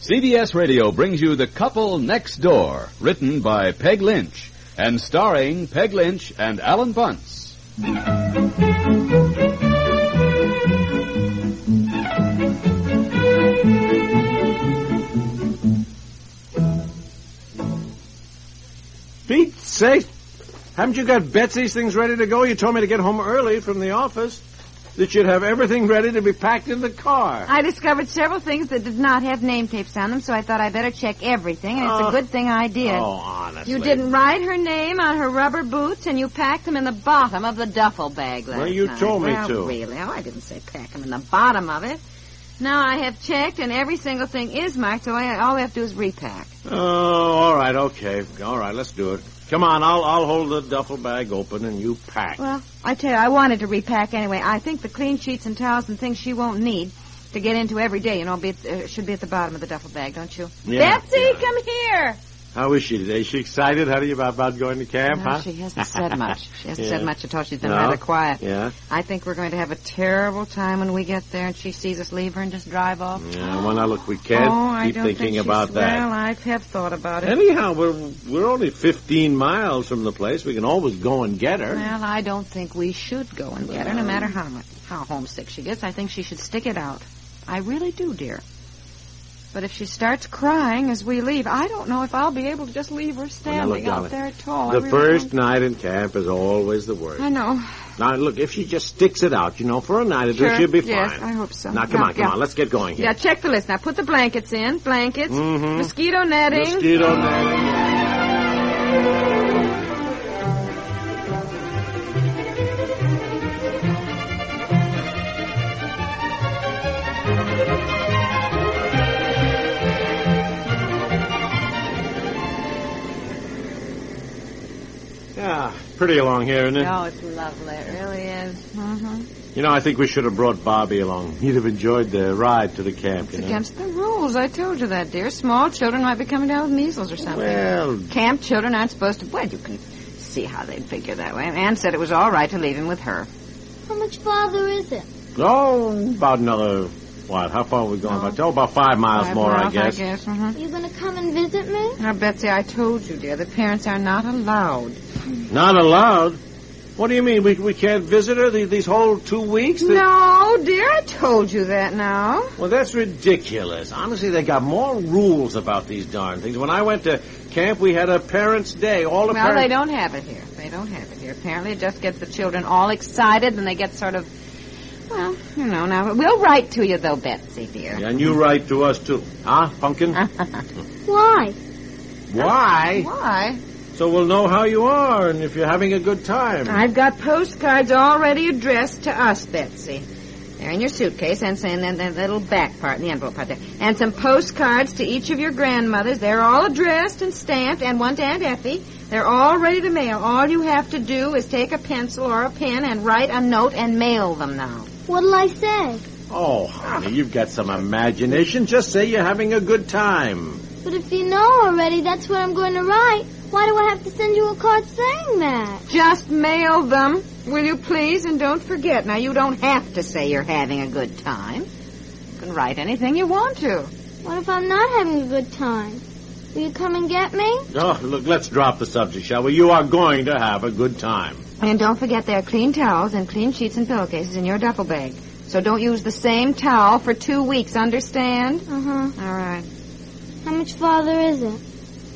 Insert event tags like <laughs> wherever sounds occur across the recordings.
CBS Radio brings you The Couple Next Door, written by Peg Lynch and starring Peg Lynch and Alan Bunce. Pete, sake, haven't you got Betsy's things ready to go? You told me to get home early from the office. That you'd have everything ready to be packed in the car. I discovered several things that did not have name tapes on them, so I thought I better check everything, and it's Oh. a good thing I did. Oh, honestly. you didn't write her name on her rubber boots, and you packed them in the bottom of the duffel bag last Well, you night. told me Well, to. Really? Oh, I didn't say pack them in the bottom of it. Now I have checked, and every single thing is marked, so I, all I have to do is repack. Oh, all right, okay. All right, let's do it. Come on, I'll I'll hold the duffel bag open and you pack. Well, I tell you, I wanted to repack anyway. I think the clean sheets and towels and things she won't need to get into every day, you know, be at, uh, should be at the bottom of the duffel bag, don't you? Yeah, Betsy, yeah. come here. How is she today? Is she excited? How do you about, about going to camp, No, huh? she hasn't <laughs> said much. She hasn't Yeah. said much at all. She's been No? rather quiet. Yeah. I think we're going to have a terrible time when we get there and she sees us leave her and just drive off. Yeah, well, now look, we can't oh, I Mm. keep don't thinking think she's- about that. Well, I have thought about it. Anyhow, we're we're only 15 miles from the place. We can always go and get her. Well, I don't think we should go and get her, no matter how much, how homesick she gets. I think she should stick it out. I really do, dear. But if she starts crying as we leave, I don't know if I'll be able to just leave her now, look, standing out darling, there at all. I the really first don't- night in camp is always the worst. I know. Now, look, if she just sticks it out, you know, for a night or two, Sure. she'll be fine. Yes, I hope so. Now, come Yeah, on, come yeah. on. Let's get going Yeah, here. check the list. Now put the blankets in. Blankets. Mhm. Mosquito netting. Mosquito net. Yeah, pretty along here, isn't it? Oh, it's lovely. It really is. Mm-hmm. You know, I think we should have brought Bobby along. He'd have enjoyed the ride to the camp, you It's know. against the rules. I told you that, dear. Small children might be coming down with measles or something. Well, Camp children aren't supposed to. Well, you can see how they figure that way. Anne said it was all right to leave him with her. How much farther is it? oh, about another, what, how far are we going? About, oh, about five miles Five more, miles, I guess. I guess. hmm Are you going to come and visit me? Now, Betsy, I told you, dear, the parents are not allowed. Not allowed? What do you mean? We, we can't visit her these, these whole two weeks? The- No, dear, I told you that now. Well, that's ridiculous. Honestly, they got more rules about these darn things. When I went to camp, we had a parents' day. All the Well, parents... they don't have it here. They don't have it here. Apparently, it just gets the children all excited, and they get sort of, well, you know. Now, we'll write to you though, Betsy dear. And you write to us, too. Huh, Pumpkin? Why? Why? Why? So we'll know how you are and if you're having a good time. I've got postcards already addressed to us, Betsy. They're in your suitcase, and saying that that little back part, in the envelope part there, and some postcards to each of your grandmothers. They're all addressed and stamped, and one to Aunt Effie. They're all ready to mail. All you have to do is take a pencil or a pen and write a note and mail them now. What'll I say? Oh, honey, you've got some imagination. Just say you're having a good time. But if you know already that's what I'm going to write, why do I have to send you a card saying that? Just mail them, will you please? And don't forget. Now, you don't have to say you're having a good time. You can write anything you want to. What if I'm not having a good time? Will you come and get me? Oh, look, let's drop the subject, shall we? You are going to have a good time. And don't forget there are clean towels and clean sheets and pillowcases in your duffel bag. So don't use the same towel for two weeks, understand? Uh huh. All right. How much farther is it?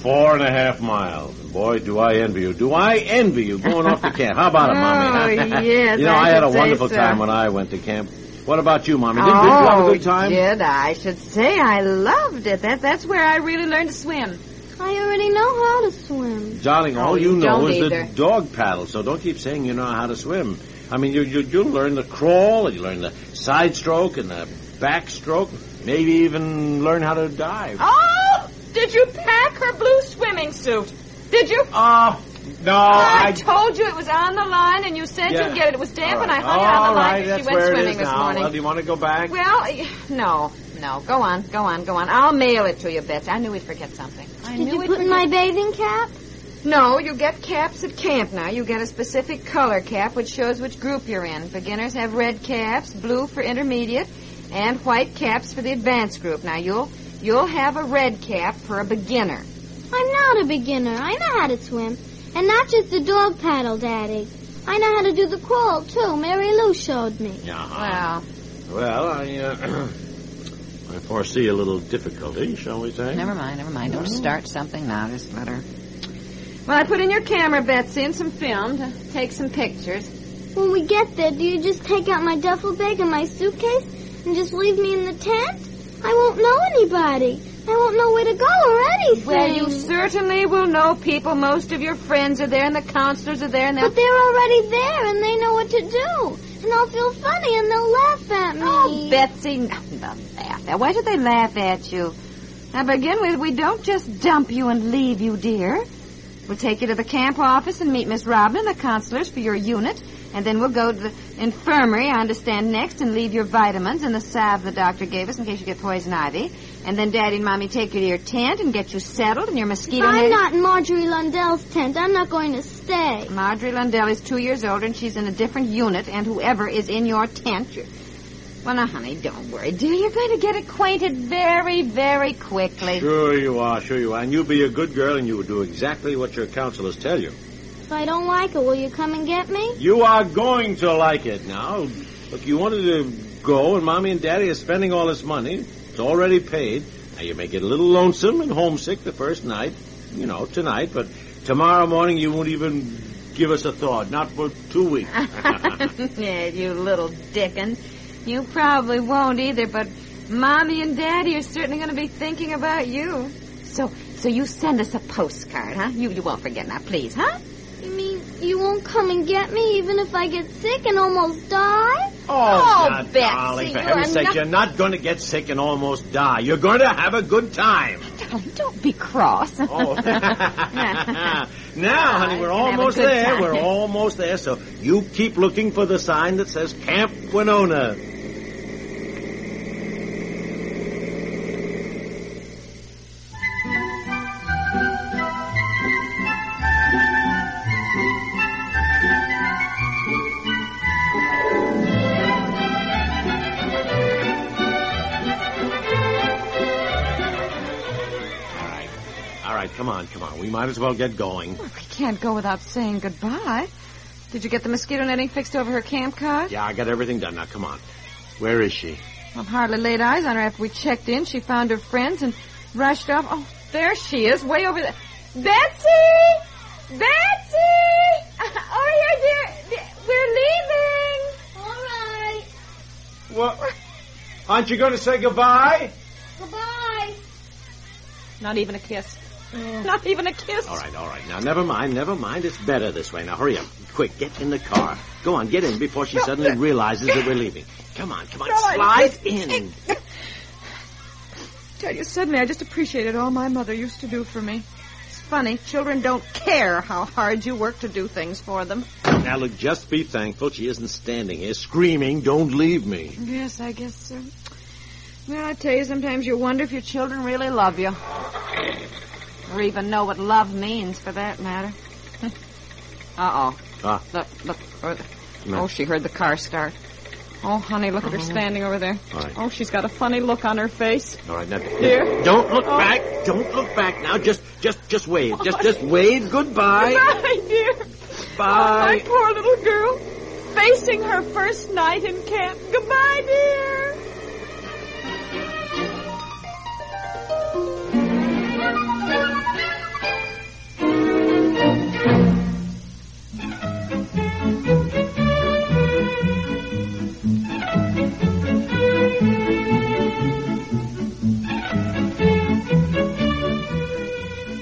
Four and a half miles. Boy, do I envy you. Do I envy you going off to camp. How about it, Mommy? <laughs> <laughs> Oh, yes, you know, I, I had a should say wonderful so. Oh, time when I went to camp. What about you, Mommy? Didn't you have a good time? did I? I should say I loved it. That, that's where I really learned to swim. I already know how to swim. Darling, all Oh, you you know don't is either. the dog paddle, so don't keep saying you know how to swim. I mean, you, you, you learn the crawl, and you learn the side stroke and the back stroke, maybe even learn how to dive. Oh! Did you pack her blue swimming suit? Did you? Oh, no, I, I... told you it was on the line, and you said Yeah. you'd get it. It was damp, All and I right. hung it on All the line, right, and that's she went where it swimming is this now. morning. Well, do you want to go back? Well, eh, no, no. Go on, go on, go on. I'll mail it to you, Betsy. I knew we'd forget something. I Did knew you we'd put in forget- my bathing cap? No, you get caps at camp now. You get a specific color cap which shows which group you're in. Beginners have red caps, blue for intermediate, and white caps for the advanced group. Now you'll you'll have a red cap for a beginner. I'm not a beginner. I know how to swim. And not just the dog paddle, Daddy. I know how to do the crawl, too. Mary Lou showed me. <laughs> Yeah. Well, Well, I, uh, <clears throat> I foresee a little difficulty, shall we say? never mind, never mind. Don't start something now. Just let her. Mm. Well, I put in your camera, Betsy, and some film to take some pictures. When we get there, do you just take out my duffel bag and my suitcase and just leave me in the tent? I won't know anybody. I won't know where to go or anything. Well, you certainly will know people. Most of your friends are there, and the counselors are there, and they'll But they're already there and they know what to do. And I'll feel funny and they'll laugh at me. Oh, Betsy, no, no, laugh. at- Why should they laugh at you? Now, begin with, we don't just dump you and leave you, dear. We'll take you to the camp office and meet Miss Robin, the counselors for your unit, and then we'll go to the infirmary, I understand, next, and leave your vitamins and the salve the doctor gave us in case you get poison ivy. And then Daddy and Mommy take you to your tent and get you settled and your mosquito I'm net- not in Marjorie Lundell's tent. I'm not going to stay. Marjorie Lundell is two years older, and she's in a different unit, and whoever is in your tent. you- Well, now, honey, don't worry, dear. You're going to get acquainted very, very quickly. Sure you are, sure you are. And you be a good girl and you will do exactly what your counselors tell you. If I don't like it, will you come and get me? You are going to like it now. Look, you wanted to go, and Mommy and Daddy are spending all this money. It's already paid. Now, you may get a little lonesome and homesick the first night, you know, tonight, but tomorrow morning you won't even give us a thought. Not for two weeks. <laughs> yeah, you little dickens. You probably won't either, but Mommy and Daddy are certainly going to be thinking about you. So, so you send us a postcard, huh? You, you won't forget now, please, huh? You mean you won't come and get me even if I get sick and almost die? Oh, Oh, now, Betsy, darling, for you heaven's are sake, not- you're not going to get sick and almost die. You're going to have a good <laughs> time. Darling, don't be cross. Oh. <laughs> now, honey, we're you can have a almost good there. time. We're almost there. So you keep looking for the sign that says Camp Winona. All right. All right, come on, come on. We might as well get going. we can't go without saying goodbye. Did you get the mosquito netting fixed over her camp cot? Yeah, I got everything done. Now, come on. Where is she? I've hardly laid eyes on her after we checked in. She found her friends and rushed off. Oh, there she is, way over there. Betsy! Betsy! <laughs> Oh, yeah, dear. We're leaving. All right. Well, aren't you going to say goodbye? Goodbye. Not even a kiss. Not even a kiss. All right, all right. Now, never mind, never mind. It's better this way. Now, hurry up. Quick, get in the car. Go on, get in before she uh, suddenly realizes that we're leaving. Come on, come on. Slide in. Tell you, suddenly I just appreciated all my mother used to do for me. It's funny. Children don't care how hard you work to do things for them. Now, look, just be thankful she isn't standing here screaming, don't leave me. Yes, I guess so. Well, I tell you, sometimes you wonder if your children really love you. Or even know what love means, for that matter. <laughs> Uh-oh. Ah. Look, look. or the- No. Oh, she heard the car start. Oh, honey, look at her standing over there. All right. Oh, she's got a funny look on her face. All right, now. Here. Don't look Oh. back. Don't look back now. Just, just, just wave. Just, just wave. Goodbye. Bye, dear. Oh, <laughs> my Bye. poor little girl. facing her first night in camp. Goodbye, dear.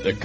The